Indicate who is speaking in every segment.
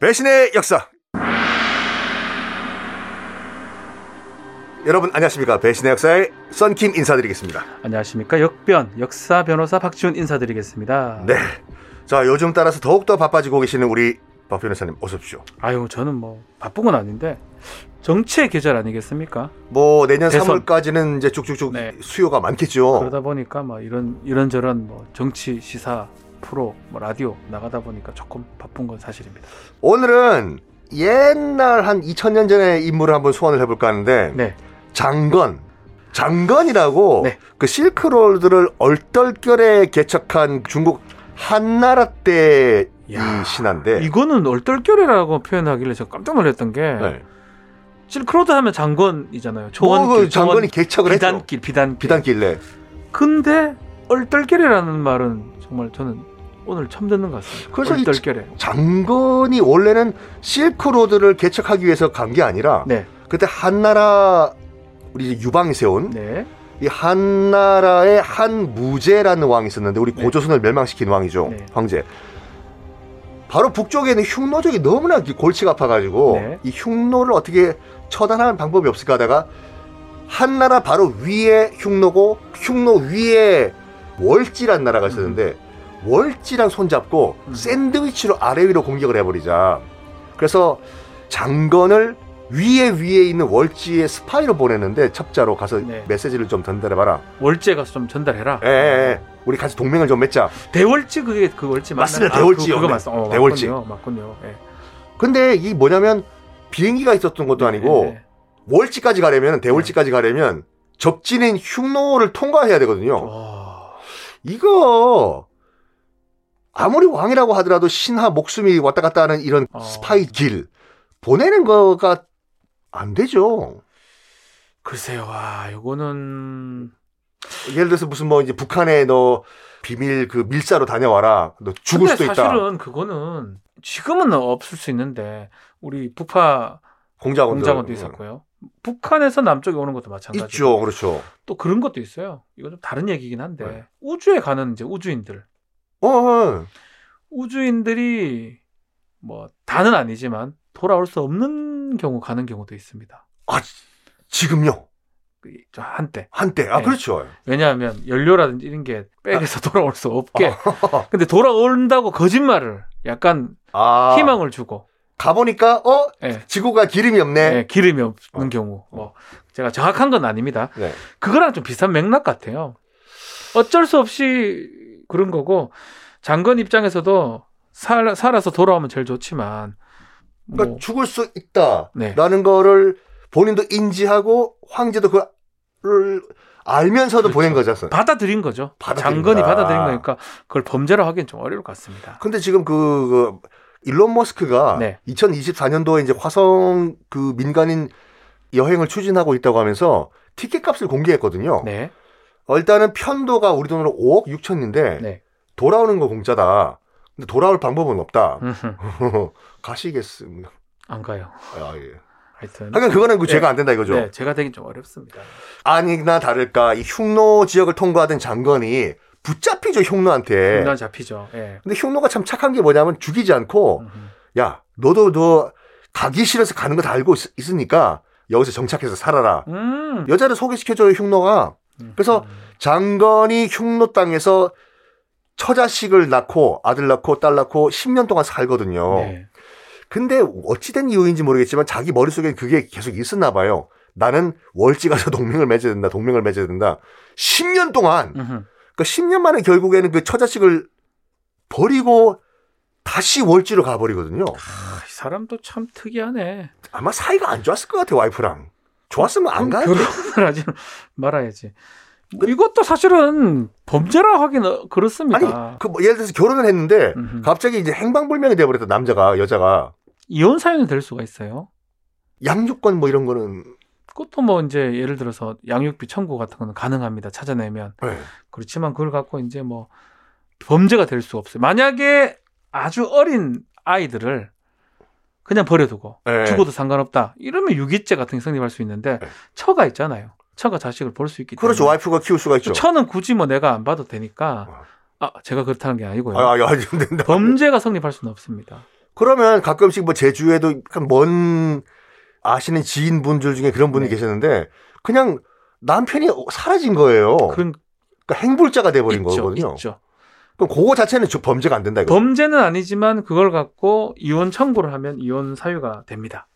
Speaker 1: 배신의 역사. 여러분 안녕하십니까 배신의 역사의 썬킴 인사드리겠습니다.
Speaker 2: 안녕하십니까 역변 역사 변호사 박지훈 인사드리겠습니다.
Speaker 1: 네. 자 요즘 따라서 더욱 더 바빠지고 계시는 우리 박 변호사님 어서 오십시오.
Speaker 2: 아유 저는 뭐 바쁜 건 아닌데 정치의 계절 아니겠습니까?
Speaker 1: 뭐 내년
Speaker 2: 대선.
Speaker 1: 3월까지는 이제 쭉쭉쭉
Speaker 2: 네.
Speaker 1: 수요가 많겠죠.
Speaker 2: 그러다 보니까 뭐 이런 이런 저런 뭐 정치 시사 프로 뭐 라디오 나가다 보니까 조금 바쁜 건 사실입니다.
Speaker 1: 오늘은 옛날 한 2000년 전의 인물을 한번 소환을 해볼까 하는데
Speaker 2: 네.
Speaker 1: 장건 장건이라고
Speaker 2: 네.
Speaker 1: 그 실크로드를 얼떨결에 개척한 중국 한나라 때이
Speaker 2: 야,
Speaker 1: 신한데
Speaker 2: 이거는 얼떨결이라고 표현하길래 제가 깜짝 놀랐던 게
Speaker 1: 네.
Speaker 2: 실크로드 하면 장건이잖아요.
Speaker 1: 뭐,
Speaker 2: 초원길,
Speaker 1: 그 장건이 개척을
Speaker 2: 비단길,
Speaker 1: 했죠.
Speaker 2: 비단길, 비단길.
Speaker 1: 비단길래
Speaker 2: 근데 얼떨결이라는 말은 정말 저는 오늘 처음 듣는 것 같습니다.
Speaker 1: 그래서 이
Speaker 2: 얼떨결에.
Speaker 1: 장건이 원래는 실크로드를 개척하기 위해서 간 게 아니라
Speaker 2: 네,
Speaker 1: 그때 한나라 우리 이제 유방이 세운
Speaker 2: 네,
Speaker 1: 이 한나라의 한무제라는 왕이 있었는데 우리
Speaker 2: 네.
Speaker 1: 고조선을 멸망시킨 왕이죠
Speaker 2: 네.
Speaker 1: 황제 바로 북쪽에 있는 흉노족이 너무나 이 골치가 아파가지고
Speaker 2: 네.
Speaker 1: 이 흉노를 어떻게 처단하는 방법이 없을까 하다가 한나라 바로 위에 흉노고 흉노 위에 월지라는 나라가 있었는데 월지랑 손잡고
Speaker 2: 음.
Speaker 1: 샌드위치로 아래 위로 공격을 해버리자 그래서 장건을 위에 위에 있는 월지의 스파이로 보내는데 첩자로 가서
Speaker 2: 네.
Speaker 1: 메시지를 좀 전달해봐라.
Speaker 2: 월제 가서 좀 전달해라.
Speaker 1: 예, 예, 예. 우리 같이 동맹을 좀 맺자.
Speaker 2: 대월지 그게 그 월지 맞나요?
Speaker 1: 맞습니다.
Speaker 2: 아,
Speaker 1: 대월지요.
Speaker 2: 그거,
Speaker 1: 네.
Speaker 2: 그거 맞어. 어,
Speaker 1: 대월지.
Speaker 2: 맞군요. 맞군요. 예.
Speaker 1: 근데 이 뭐냐면 비행기가 있었던 것도 아니고
Speaker 2: 예, 예.
Speaker 1: 월지까지 가려면
Speaker 2: 네.
Speaker 1: 대월지까지 가려면 접진인 흉노를 통과해야
Speaker 2: 그렇죠.
Speaker 1: 되거든요.
Speaker 2: 와,
Speaker 1: 이거 아무리 왕이라고 하더라도 신하 목숨이 왔다 갔다 하는 이런
Speaker 2: 어.
Speaker 1: 스파이 길 보내는 거가 안 되죠.
Speaker 2: 글쎄요. 와, 요거는
Speaker 1: 예를 들어서 무슨 뭐 이제 북한에 너 비밀 그 밀사로 다녀와라. 너 죽을
Speaker 2: 근데
Speaker 1: 수도 있다.
Speaker 2: 사실은 그거는 지금은 없을 수 있는데 우리 북파
Speaker 1: 공작원도,
Speaker 2: 공작원도 있었고요. 북한에서 남쪽에 오는 것도 마찬가지고
Speaker 1: 음. 있죠, 그렇죠.
Speaker 2: 또 그런 것도 있어요. 이거 좀 다른 얘기긴 한데
Speaker 1: 네.
Speaker 2: 우주에 가는 이제 우주인들
Speaker 1: 어, 어.
Speaker 2: 우주인들이 뭐 다는 아니지만 돌아올 수 없는 경우 가는 경우도 있습니다.
Speaker 1: 아 지금요
Speaker 2: 그저 한때
Speaker 1: 한때 아
Speaker 2: 네.
Speaker 1: 그렇죠.
Speaker 2: 왜냐하면 연료라든지 이런 게 백에서 돌아올 수 없게 근데 돌아온다고 거짓말을 약간
Speaker 1: 아
Speaker 2: 희망을 주고
Speaker 1: 가 보니까 어
Speaker 2: 예,
Speaker 1: 지구가 기름이 없네.
Speaker 2: 예, 기름이 없는
Speaker 1: 어.
Speaker 2: 경우 뭐 제가 정확한 건 아닙니다.
Speaker 1: 네.
Speaker 2: 그거랑 좀 비슷한 맥락 같아요. 어쩔 수 없이 그런 거고 장건 입장에서도 살, 살아서 돌아오면 제일 좋지만 뭐,
Speaker 1: 그러니까 죽을 수 있다라는
Speaker 2: 네.
Speaker 1: 거를 본인도 인지하고 황제도 그걸 알면서도
Speaker 2: 그렇죠.
Speaker 1: 보낸 거잖아요.
Speaker 2: 받아들인 거죠.
Speaker 1: 받아들인
Speaker 2: 장건이
Speaker 1: 거다.
Speaker 2: 받아들인 거니까 그걸 범죄로 하기엔 좀 어려울 것 같습니다.
Speaker 1: 근데 지금 그, 그 일론 머스크가
Speaker 2: 네.
Speaker 1: 2024년도에 이제 화성 그 민간인 여행을 추진하고 있다고 하면서 티켓값을 공개했거든요.
Speaker 2: 네.
Speaker 1: 어, 일단은 편도가 우리 돈으로 5억 6천인데
Speaker 2: 네.
Speaker 1: 돌아오는 거 공짜다. 근데 돌아올 방법은 없다.
Speaker 2: 음흠.
Speaker 1: 가시겠습니다.
Speaker 2: 안 가요.
Speaker 1: 아, 예.
Speaker 2: 하여튼
Speaker 1: 하여간 그거는 그
Speaker 2: 네.
Speaker 1: 죄가 안 된다 이거죠.
Speaker 2: 네, 제가 되긴 좀 어렵습니다.
Speaker 1: 아니나 다를까 이 흉노 지역을 통과하던 장건이 붙잡히죠 흉노한테.
Speaker 2: 분단 잡히죠. 예.
Speaker 1: 근데 흉노가 참 착한 게 뭐냐면 죽이지 않고
Speaker 2: 음흠.
Speaker 1: 야 너도 너 가기 싫어서 가는 거 다 알고 있, 있으니까 여기서 정착해서 살아라.
Speaker 2: 음.
Speaker 1: 여자를 소개시켜줘요 흉노가. 그래서
Speaker 2: 음.
Speaker 1: 장건이 흉노 땅에서 처자식을 낳고 아들 낳고 딸 낳고 10년 동안 살거든요.
Speaker 2: 네.
Speaker 1: 근데 어찌된 이유인지 모르겠지만 자기 머릿속에 그게 계속 있었나 봐요. 나는 월지 가서 동맹을 맺어야 된다. 동맹을 맺어야 된다. 10년 동안
Speaker 2: 음흠.
Speaker 1: 그러니까 10년 만에 결국에는 그 처자식을 버리고 다시 월지로 가버리거든요.
Speaker 2: 아, 이 사람도 참 특이하네.
Speaker 1: 아마 사이가 안 좋았을 것 같아 요 와이프랑. 좋았으면 안 가요.
Speaker 2: 결혼을 하지 말아야지. 뭐 이것도 사실은 범죄라 하긴 어-
Speaker 1: 아니
Speaker 2: 그렇습니다.
Speaker 1: 그뭐 예를 들어서 결혼을 했는데
Speaker 2: 음흠.
Speaker 1: 갑자기 이제 행방불명이 돼버렸다 남자가 여자가
Speaker 2: 이혼 사유는 될 수가 있어요.
Speaker 1: 양육권 뭐 이런 거는
Speaker 2: 그것도 뭐 이제 예를 들어서 양육비 청구 같은 거는 가능합니다. 찾아내면.
Speaker 1: 네.
Speaker 2: 그렇지만 그걸 갖고 이제 뭐 범죄가 될 수 없어요. 만약에 아주 어린 아이들을 그냥 버려두고
Speaker 1: 네.
Speaker 2: 죽어도 상관없다. 이러면 유기죄 같은 게 성립할 수 있는데
Speaker 1: 네.
Speaker 2: 처가 있잖아요. 처가 자식을 볼 수 있기 때문에.
Speaker 1: 그렇죠 어. 와이프가 키울 수가 있죠.
Speaker 2: 음. 처는 굳이 뭐 내가 안 봐도 되니까. 아, 제가 그렇다는 게 아니고요.
Speaker 1: 아, 아, 아, 안 된다.
Speaker 2: 범죄가 성립할 수는 없습니다.
Speaker 1: 그러면 가끔씩 뭐 제주에도 약간 먼 아시는 지인분들 중에 그런 분이
Speaker 2: 네.
Speaker 1: 계셨는데 그냥 남편이 사라진 거예요. 그러니까
Speaker 2: 그런
Speaker 1: 행불자가 돼버린
Speaker 2: 있죠,
Speaker 1: 거거든요. 네.
Speaker 2: 있죠.
Speaker 1: 그럼 그거 자체는 저- 범죄가 안 된다 이거.
Speaker 2: 범죄는 아니지만 그걸 갖고 이혼 청구를 하면 이혼 사유가 됩니다.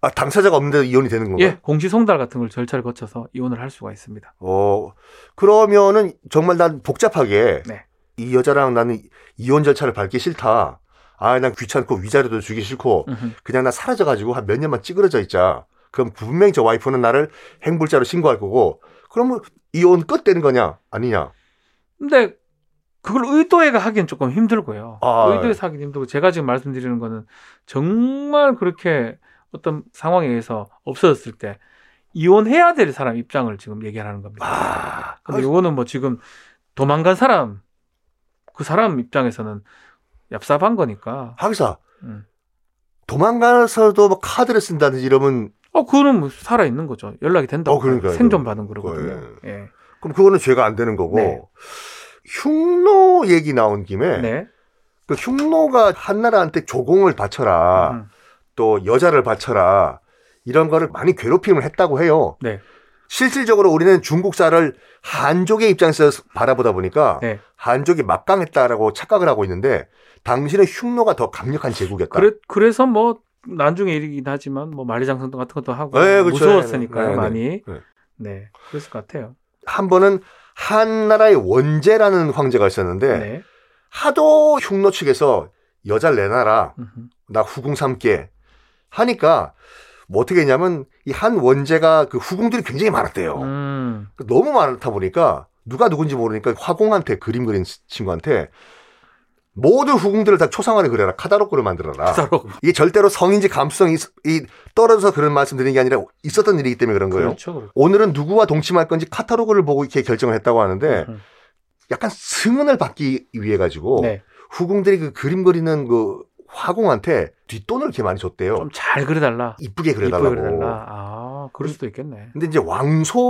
Speaker 1: 아 당사자가 없는데 이혼이 되는 건가요?
Speaker 2: 예, 공시 송달 같은 걸 절차를 거쳐서 이혼을 할 수가 있습니다.
Speaker 1: 어 그러면은 정말 난 복잡하게
Speaker 2: 네.
Speaker 1: 이 여자랑 나는 이혼 절차를 밟기 싫다. 아 난 귀찮고 위자료도 주기 싫고
Speaker 2: 음흠.
Speaker 1: 그냥 나 사라져가지고 한 몇 년만 찌그러져 있자. 그럼 분명히 저 와이프는 나를 행불자로 신고할 거고. 그러면 이혼 끝 되는 거냐? 아니냐?
Speaker 2: 근데 그걸 의도해가 하기엔 조금 힘들고요.
Speaker 1: 아,
Speaker 2: 의도해서 하긴 힘들고 제가 지금 말씀드리는 거는 정말 그렇게 어떤 상황에 의해서 없어졌을 때 이혼해야 될 사람 입장을 지금 얘기하는 겁니다.
Speaker 1: 아,
Speaker 2: 근데 요거는 뭐 지금 도망간 사람 그 사람 입장에서는 얍삽한 거니까.
Speaker 1: 아, 하기사
Speaker 2: 음.
Speaker 1: 도망가서도 뭐 카드를 쓴다든지 이러면
Speaker 2: 어, 그거는 뭐 살아 있는 거죠. 연락이 된다고
Speaker 1: 어, 그러니까요.
Speaker 2: 생존 받은 거거든요. 예.
Speaker 1: 그럼 그거는 죄가 안 되는 거고.
Speaker 2: 네.
Speaker 1: 흉노 얘기 나온 김에
Speaker 2: 네.
Speaker 1: 그 흉노가 한나라한테 조공을 바쳐라.
Speaker 2: 음.
Speaker 1: 또 여자를 바쳐라 이런 거를 많이 괴롭힘을 했다고 해요.
Speaker 2: 네.
Speaker 1: 실질적으로 우리는 중국사를 한족의 입장에서 바라보다 보니까
Speaker 2: 네.
Speaker 1: 한족이 막강했다라고 착각을 하고 있는데 당신의 흉노가 더 강력한 제국이었다.
Speaker 2: 그래 그래서 뭐 나중에 일이긴 하지만 뭐 만리장성 같은 것도 하고
Speaker 1: 네, 그렇죠.
Speaker 2: 무서웠으니까요
Speaker 1: 네, 네.
Speaker 2: 많이.
Speaker 1: 네.
Speaker 2: 네. 그랬을 것 같아요.
Speaker 1: 한 번은 한나라의 원제라는 황제가 있었는데
Speaker 2: 네.
Speaker 1: 하도 흉노 측에서 여자를 내놔라
Speaker 2: 음흠.
Speaker 1: 나 후궁 삼게 하니까 뭐 어떻게 했냐면 이 한 원제가 그 후궁들이 굉장히 많았대요.
Speaker 2: 음.
Speaker 1: 너무 많다 보니까 누가 누군지 모르니까 화공한테 그림 그린 친구한테 모든 후궁들을 다 초상화를 그려라 카다로그를 만들어라
Speaker 2: 서로
Speaker 1: 이게 절대로 성인지 감수성이 있- 이 떨어져서 그런 말씀드린 게 아니라 있었던 일이기 때문에 그런 거예요
Speaker 2: 그렇죠. 그렇죠.
Speaker 1: 오늘은 누구와 동침할 건지 카타로그를 보고 이렇게 결정을 했다고 하는데
Speaker 2: 음.
Speaker 1: 약간 승은을 받기 위해 가지고
Speaker 2: 네.
Speaker 1: 후궁들이 그 그림 그리는 그 화공한테 뒷돈을 이렇게 많이 줬대요
Speaker 2: 좀 잘 그려달라.
Speaker 1: 이쁘게
Speaker 2: 이쁘게
Speaker 1: 그려달라고
Speaker 2: 그려달라. 아, 그럴 수도 있겠네.
Speaker 1: 근데 이제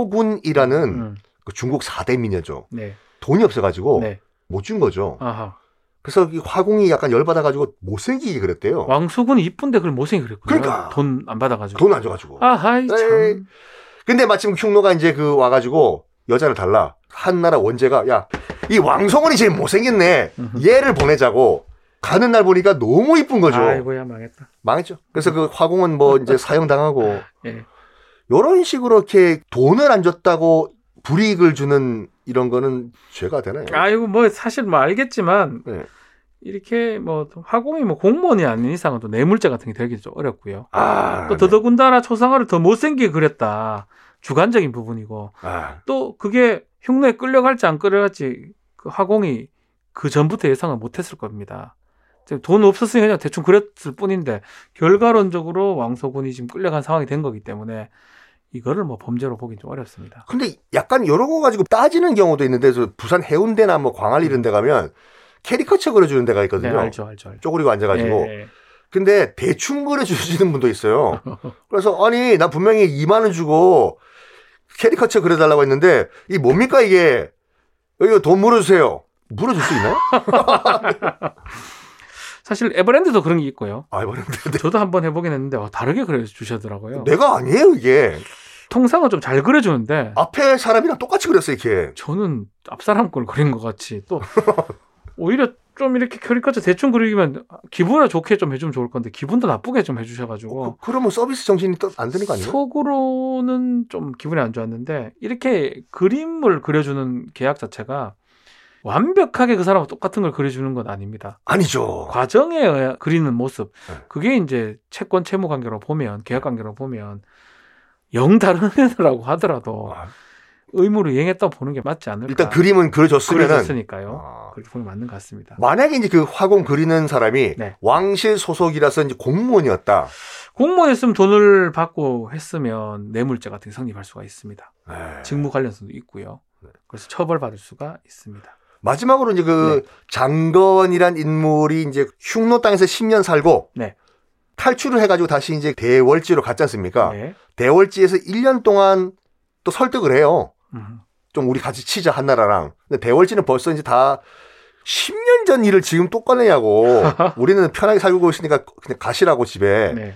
Speaker 1: 왕소군이라는
Speaker 2: 음.
Speaker 1: 그 중국 4대 미녀죠
Speaker 2: 네.
Speaker 1: 돈이 없어가지고
Speaker 2: 네.
Speaker 1: 못 준 거죠.
Speaker 2: 아하.
Speaker 1: 그래서 이 화공이 약간 열받아가지고 못생기게 그랬대요.
Speaker 2: 왕숙은 이쁜데 그걸 못생기 그랬거든요.
Speaker 1: 어. 그러니까.
Speaker 2: 돈 안 받아가지고.
Speaker 1: 돈 안 줘가지고.
Speaker 2: 아하이
Speaker 1: 에이.
Speaker 2: 참.
Speaker 1: 근데 마침 흉노가 이제 그 와가지고 여자를 달라. 한나라 원제가 야 이 왕성원이 제일 못생겼네.
Speaker 2: 음흠.
Speaker 1: 얘를 보내자고. 가는 날 보니까 너무 이쁜 거죠.
Speaker 2: 아이고야 망했다.
Speaker 1: 망했죠. 그래서 그 화공은 뭐 이제 사형당하고
Speaker 2: 예.
Speaker 1: 이런 식으로 이렇게 돈을 안 줬다고 불이익을 주는 이런 거는 죄가 되나요?
Speaker 2: 아이고 뭐 사실 뭐 알겠지만
Speaker 1: 네.
Speaker 2: 이렇게 뭐 화공이 뭐 공무원이 아닌 이상은 또 뇌물죄 같은 게 되기 좀 어렵고요.
Speaker 1: 아,
Speaker 2: 또 더더군다나 초상화를 더 못생기게 그렸다. 주관적인 부분이고
Speaker 1: 네. 아,
Speaker 2: 또 그게 흉내에 끌려갈지 안 끌려갈지 그 화공이 그 전부터 예상을 못했을 겁니다. 지금 돈 없었으니 그냥 대충 그렸을 뿐인데 결과론적으로 왕소군이 지금 끌려간 상황이 된 거기 때문에 이거를 뭐 범죄로 보기 좀 어렵습니다.
Speaker 1: 근데 약간 이런 거 가지고 따지는 경우도 있는데 저 부산 해운대나 뭐 광안리 이런 데 가면 캐리커처 그려주는 데가
Speaker 2: 네
Speaker 1: 있거든요.
Speaker 2: 알죠 알죠 알죠.
Speaker 1: 쪼그리고 앉아가지고.
Speaker 2: 예, 예.
Speaker 1: 근데 대충 그려주시는 분도 있어요. 그래서 아니 나 분명히 2만 원 주고 캐리커처 그려달라고 했는데 이 뭡니까 이게 이거 돈 물어주세요. 물어줄 수 있나요?
Speaker 2: 사실 에버랜드도 그런 게 있고요.
Speaker 1: 아 이번에
Speaker 2: 저도 한번 해보긴 했는데 어, 다르게 그려주시더라고요.
Speaker 1: 내가 아니에요 이게
Speaker 2: 통상은 좀 잘 그려주는데
Speaker 1: 앞에 사람이랑 똑같이 그렸어 이렇게.
Speaker 2: 저는 앞사람 걸 그린 것 같이 또 오히려 좀 이렇게 결리까지 대충 그리면 기분을 좋게 좀 해주면 좋을 건데 기분도 나쁘게 좀 해주셔가지고
Speaker 1: 그, 러면 서비스 정신이 또 안 되는 거 아니에요?
Speaker 2: 속으로는 좀 기분이 안 좋았는데 이렇게 그림을 그려주는 계약 자체가 완벽하게 그 사람하고 똑같은 걸 그려주는 건 아닙니다.
Speaker 1: 아니죠.
Speaker 2: 과정에 의해 그리는 모습
Speaker 1: 네.
Speaker 2: 그게 이제 채권 채무 관계로 보면 계약 관계로 보면 영 다른 애들하고 하더라도
Speaker 1: 아,
Speaker 2: 의무를 이행했다고 보는 게 맞지 않을까
Speaker 1: 일단 그림은 그려줬으면은.
Speaker 2: 그러니까 그려졌으니까요
Speaker 1: 아.
Speaker 2: 그렇게 보면 맞는 것 같습니다
Speaker 1: 만약에 이제 그 화공 그리는 사람이
Speaker 2: 네.
Speaker 1: 왕실 소속이라서 이제 공무원이었다.
Speaker 2: 공무원 했으면 돈을 받고 했으면 뇌물죄 같은 게 성립할 수가 있습니다
Speaker 1: 네.
Speaker 2: 직무 관련성도 있고요 그래서 처벌받을 수가 있습니다
Speaker 1: 마지막으로 이제 그
Speaker 2: 네.
Speaker 1: 장건이란 인물이 이제 흉노 땅에서 10년 살고
Speaker 2: 네.
Speaker 1: 탈출을 해가지고 다시 이제 대월지로 갔지 않습니까?
Speaker 2: 네.
Speaker 1: 대월지에서 1년 동안 또 설득을 해요.
Speaker 2: 음.
Speaker 1: 좀 우리 같이 치자 한나라랑. 근데 대월지는 벌써 이제 다 10년 전 일을 지금 또 꺼내냐고. 우리는 편하게 살고 있으니까 그냥 가시라고 집에.
Speaker 2: 네.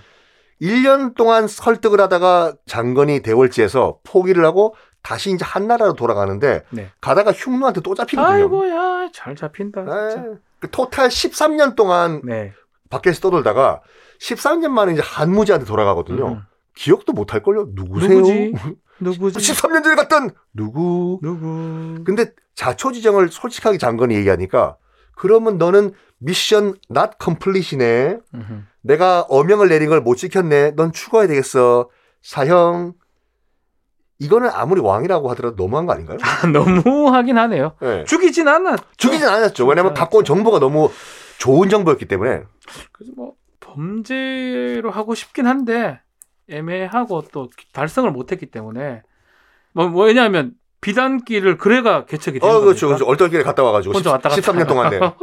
Speaker 1: 1년 동안 설득을 하다가 장건이 대월지에서 포기를 하고 다시 이제 한나라로 돌아가는데
Speaker 2: 네.
Speaker 1: 가다가 흉노한테 또 잡히거든요.
Speaker 2: 아이고야 잘 잡힌다. 진짜.
Speaker 1: 에이, 그 토탈 13년 동안
Speaker 2: 네.
Speaker 1: 밖에서 떠돌다가 13년 만에 이제 한무지한테 돌아가거든요.
Speaker 2: 음.
Speaker 1: 기억도 못 할걸요? 누구세요?
Speaker 2: 누구지? 누구지?
Speaker 1: 13년 전에 갔던 누구?
Speaker 2: 누구?
Speaker 1: 근데 자초지정을 솔직하게 장건이 얘기하니까 그러면 너는 미션 not complete이네.
Speaker 2: 음흠.
Speaker 1: 내가 어명을 내린 걸 못 지켰네. 넌 추가해야 되겠어. 사형. 이거는 아무리 왕이라고 하더라도 너무한 거 아닌가요?
Speaker 2: 아, 너무하긴 하네요.
Speaker 1: 예.
Speaker 2: 죽이진 않았.
Speaker 1: 죽이진 않았죠. 왜냐면 갖고 온 정보가 너무 좋은 정보였기 때문에.
Speaker 2: 그래서 뭐 범죄로 하고 싶긴 한데 애매하고 또 달성을 못했기 때문에 뭐, 뭐 왜냐하면 비단길을 그래가 개척이 된
Speaker 1: 어, 그렇죠.
Speaker 2: 거니까
Speaker 1: 그렇죠. 얼떨결에 갔다 와가지고.
Speaker 2: 혼자 왔다 갔다
Speaker 1: 13년 동안. 네. 그렇죠.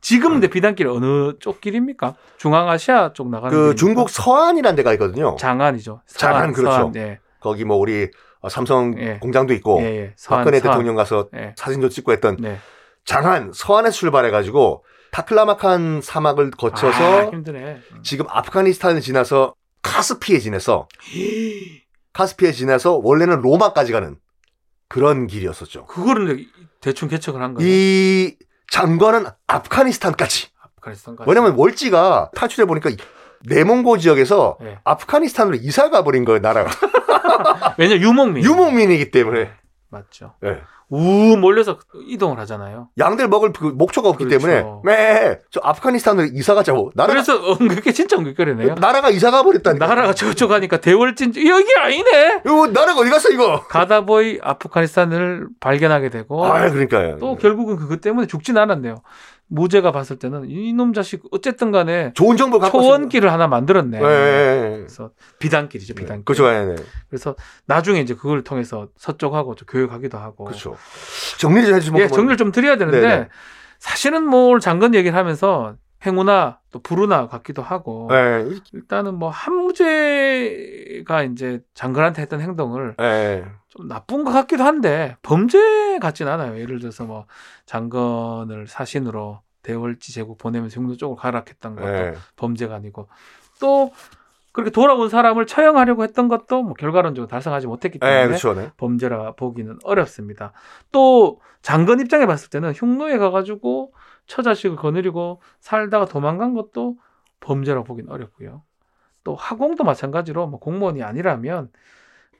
Speaker 2: 지금
Speaker 1: 음.
Speaker 2: 근데 비단길 어느 쪽 길입니까? 중앙아시아 쪽 나가는
Speaker 1: 그
Speaker 2: 길입니까?
Speaker 1: 중국 서안이라는 데가 있거든요.
Speaker 2: 장안이죠.
Speaker 1: 장안, 그렇죠.
Speaker 2: 서안, 예,
Speaker 1: 거기 뭐 우리 삼성
Speaker 2: 예.
Speaker 1: 공장도 있고
Speaker 2: 예, 예. 서안,
Speaker 1: 어. 박근혜
Speaker 2: 서안.
Speaker 1: 대통령 가서
Speaker 2: 예,
Speaker 1: 사진도 찍고 했던
Speaker 2: 네.
Speaker 1: 장안 서안에서 출발해가지고 타클라마칸 사막을
Speaker 2: 아,
Speaker 1: 거쳐서
Speaker 2: 힘드네.
Speaker 1: 지금 아프가니스탄을 지나서 카스피에 지나서 카스피에 지나서 원래는 로마까지 가는 그런 길이었었죠.
Speaker 2: 그거를 대충 개척을 한 거예요.
Speaker 1: 이 장관은 아프가니스탄까지.
Speaker 2: 아프가니스탄까지.
Speaker 1: 왜냐면 월지가 탈출해 보니까 내몽고 지역에서
Speaker 2: 예.
Speaker 1: 아프가니스탄으로 이사 가버린 거예요 나라가
Speaker 2: 왜냐면
Speaker 1: 뭐
Speaker 2: 유목민.
Speaker 1: 유목민이기
Speaker 2: 네.
Speaker 1: 때문에
Speaker 2: 맞죠.
Speaker 1: 예.
Speaker 2: 우 몰려서 이동을 하잖아요.
Speaker 1: 양들 먹을 그 목초가 없기
Speaker 2: 그렇죠.
Speaker 1: 때문에 네. 매저 아프가니스탄으로 이사 가자고 나라가
Speaker 2: 그래서 엉극게 진짜 엉극거리네요.
Speaker 1: 나라가 이사 가버렸다니까
Speaker 2: 나라가 저쪽 가니까 대월진 여기 아니네.
Speaker 1: 이거 나라가 어디 갔어 이거?
Speaker 2: 가다 보이 아프가니스탄을 발견하게 되고
Speaker 1: 아 그러니까요.
Speaker 2: 어, 또 결국은 그것 때문에 죽진 않았네요. 무죄가 봤을 때는 이놈 자식 어쨌든 간에
Speaker 1: 좋은 정보 갖고
Speaker 2: 초원길을 하나 만들었네.
Speaker 1: 있으면- 예, 예, 예.
Speaker 2: 그래서 비단길이죠, 비단길.
Speaker 1: 그렇죠, 예, 예.
Speaker 2: 그래서 나중에 이제 그걸 통해서 서쪽하고 좀 교육하기도 하고.
Speaker 1: 그렇죠. 정리 좀 해주면
Speaker 2: 어. 예, 정리를 좀 드려야 되는데
Speaker 1: 네네.
Speaker 2: 사실은 뭐 오늘 장관 얘기를 하면서 행우나 또 불우나 같기도 하고
Speaker 1: 예,
Speaker 2: 일단은 뭐 함무제가 이제 장관한테 했던 행동을
Speaker 1: 예, 예.
Speaker 2: 좀 나쁜 것 같기도 한데 범죄 같진 않아요. 예를 들어서 뭐 장관을 사신으로 대월지 제국 보내면서 흉노 쪽으로 가락했던 것도
Speaker 1: 예.
Speaker 2: 범죄가 아니고 또 그렇게 돌아온 사람을 처형하려고 했던 것도 뭐 결과론적으로 달성하지 못했기 때문에
Speaker 1: 예, 그렇죠, 네.
Speaker 2: 범죄라 보기는 어렵습니다. 또 장관 입장에 봤을 때는 흉노에 가가지고 처자식을 거느리고 살다가 도망간 것도 범죄라 보기는 어렵고요. 또 하공도 마찬가지로 뭐 공무원이 아니라면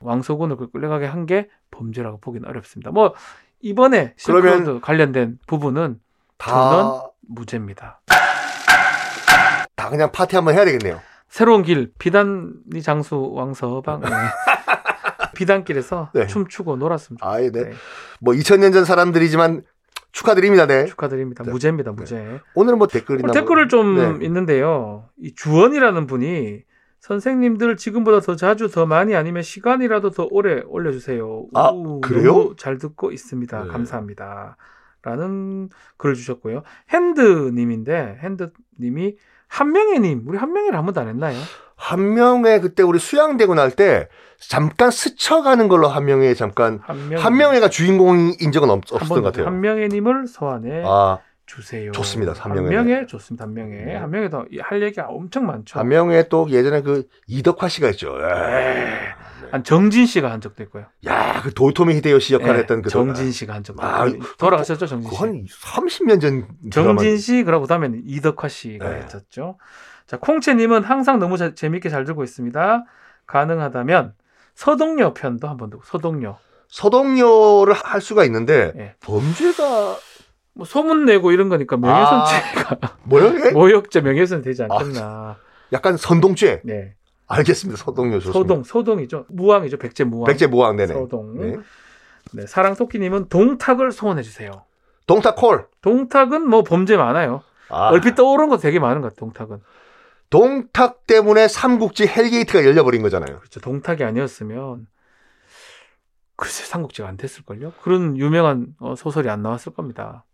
Speaker 2: 왕소군을 그 끌려가게 한 게 범죄라고 보기는 어렵습니다. 뭐 이번에
Speaker 1: 그러면-
Speaker 2: 실크로드 관련된 부분은
Speaker 1: 다,
Speaker 2: 무죄입니다.
Speaker 1: 다 그냥 파티 한번 해야 되겠네요.
Speaker 2: 새로운 길 비단리 장수 왕서방 네. 비단길에서
Speaker 1: 네.
Speaker 2: 춤추고 놀았으면 좋겠습니다.
Speaker 1: 아예, 네.
Speaker 2: 네.
Speaker 1: 뭐 2000년 전 사람들이지만 축하드립니다, 네.
Speaker 2: 축하드립니다.
Speaker 1: 네.
Speaker 2: 무죄입니다. 무죄.
Speaker 1: 오늘은 뭐 댓글이나
Speaker 2: 오늘
Speaker 1: 뭐-
Speaker 2: 그렇죠. 댓글을 좀
Speaker 1: 네.
Speaker 2: 있는데요. 이 주원이라는 분이 선생님들 지금보다 더 자주 더 많이 아니면 시간이라도 더 오래 올려주세요.
Speaker 1: 아,
Speaker 2: 우,
Speaker 1: 그래요?
Speaker 2: 너무 잘 듣고 있습니다.
Speaker 1: 네.
Speaker 2: 감사합니다. 라는 글을 주셨고요. 핸드님인데 핸드님이 한명혜님 우리 한명혜를 한 번도 안 했나요?
Speaker 1: 한 명의 그때 우리 수양대고 날 때 잠깐 스쳐가는 걸로 한 명의 잠깐
Speaker 2: 한명혜
Speaker 1: 한 명의가 주인공인 적은 없,
Speaker 2: 한
Speaker 1: 없었던
Speaker 2: 번도
Speaker 1: 것 같아요.
Speaker 2: 한명혜님을 소환해
Speaker 1: 아,
Speaker 2: 주세요.
Speaker 1: 좋습니다. 한명혜.
Speaker 2: 한명혜 좋습니다. 한명혜
Speaker 1: 네.
Speaker 2: 한명혜도 할 얘기가 엄청 많죠. 네.
Speaker 1: 한 명의 또 예전에 그 이덕화 씨가 있죠. 예.
Speaker 2: 한 정진 씨가 한 적도 있고요.
Speaker 1: 야, 그 도요토미 히데요시 역할을
Speaker 2: 예,
Speaker 1: 했던 그
Speaker 2: 정진 씨가 한 적도
Speaker 1: 아,
Speaker 2: 있고. 돌아가셨죠 정진 씨.
Speaker 1: 그건 30년 전 드라마.
Speaker 2: 정진 씨 그러고 다음에는 이덕화 씨가
Speaker 1: 예.
Speaker 2: 했었죠. 자 콩채님은 항상 너무 자- 재밌게 잘 들고 있습니다. 가능하다면 서동요 편도 한번 듣고 서동요.
Speaker 1: 서동요를 할 수가 있는데
Speaker 2: 예.
Speaker 1: 범죄가
Speaker 2: 뭐 소문 내고 이런
Speaker 1: 아,
Speaker 2: 거니까 명예훼손죄가
Speaker 1: 뭐야 이게?
Speaker 2: 모욕죄 명예훼손
Speaker 1: 아,
Speaker 2: 되지 않겠나.
Speaker 1: 약간 선동죄.
Speaker 2: 네.
Speaker 1: 알겠습니다. 서동요 좋습니다.
Speaker 2: 서동 서동이죠. 무왕이죠. 백제 무왕.
Speaker 1: 백제 모왕 네네.
Speaker 2: 서동.
Speaker 1: 네.
Speaker 2: 네, 사랑 토끼님은 동탁을 소원해 주세요.
Speaker 1: 동탁 콜.
Speaker 2: 동탁은 뭐 범죄 많아요.
Speaker 1: 아,
Speaker 2: 얼핏 떠오른 거 되게 많은 것 같아요. 동탁은.
Speaker 1: 동탁 때문에 삼국지 헬게이트가 열려버린 거잖아요.
Speaker 2: 그렇죠. 동탁이 아니었으면 글쎄 삼국지가 안 됐을걸요. 그런 유명한 어, 소설이 안 나왔을 겁니다.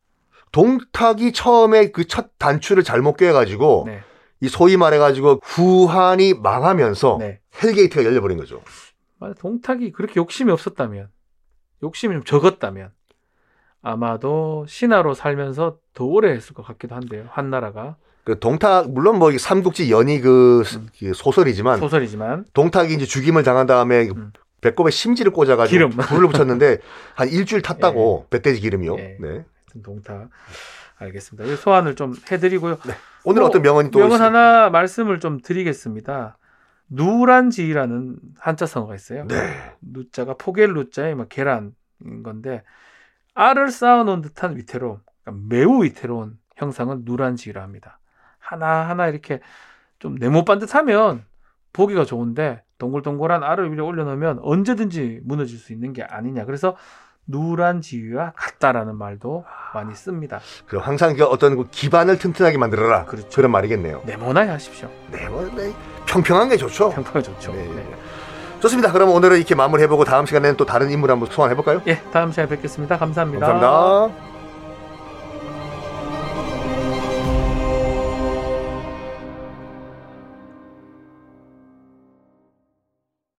Speaker 1: 동탁이 처음에 그 첫 단추를 잘못 꿰가지고
Speaker 2: 네.
Speaker 1: 이 소위 말해가지고 후한이 망하면서
Speaker 2: 네.
Speaker 1: 헬게이트가 열려버린 거죠.
Speaker 2: 만약 동탁이 그렇게 욕심이 없었다면, 욕심이 좀 적었다면, 아마도 신하로 살면서 더 오래 했을 것 같기도 한데요. 한나라가
Speaker 1: 그 동탁 물론 뭐이 삼국지 연이 그 스-
Speaker 2: 음.
Speaker 1: 그 소설이지만
Speaker 2: 소설이지만
Speaker 1: 동탁이 이제 죽임을 당한 다음에
Speaker 2: 음.
Speaker 1: 배꼽에 심지를 꽂아가지고
Speaker 2: 기름.
Speaker 1: 불을 붙였는데 한 일주일 탔다고 멧돼지 기름이요.
Speaker 2: 예.
Speaker 1: 네.
Speaker 2: 하여튼 동탁 알겠습니다. 이 소환을 좀 해드리고요.
Speaker 1: 오늘
Speaker 2: 또
Speaker 1: 어떤 명언이 또
Speaker 2: 명언
Speaker 1: 있어요?
Speaker 2: 하나 말씀을 좀 드리겠습니다. 누란지라는 한자성어가 있어요.
Speaker 1: 네.
Speaker 2: 누자가 포겔 누자에 막 계란인 건데 알을 쌓아놓은 듯한 위태로움, 그러니까 매우 위태로운 형상은 누란지라 합니다. 하나 하나 이렇게 좀 네모 반듯하면 보기가 좋은데 동글동글한 알을 위에 올려놓으면 언제든지 무너질 수 있는 게 아니냐. 그래서 누란지와 같다라는 말도 많이 씁니다.
Speaker 1: 그럼 항상 그 어떤 그 기반을 튼튼하게 만들어라.
Speaker 2: 그렇죠.
Speaker 1: 그런 말이겠네요.
Speaker 2: 네모나게 하십시오.
Speaker 1: 네, 뭐, 네. 평평한 게 좋죠.
Speaker 2: 평가가 좋죠.
Speaker 1: 네.
Speaker 2: 네.
Speaker 1: 좋습니다. 그럼 오늘은 이렇게 마무리해보고 다음 시간에는 또 다른 인물 한번 소환해볼까요?
Speaker 2: 예, 다음 시간에 뵙겠습니다
Speaker 1: 감사합니다.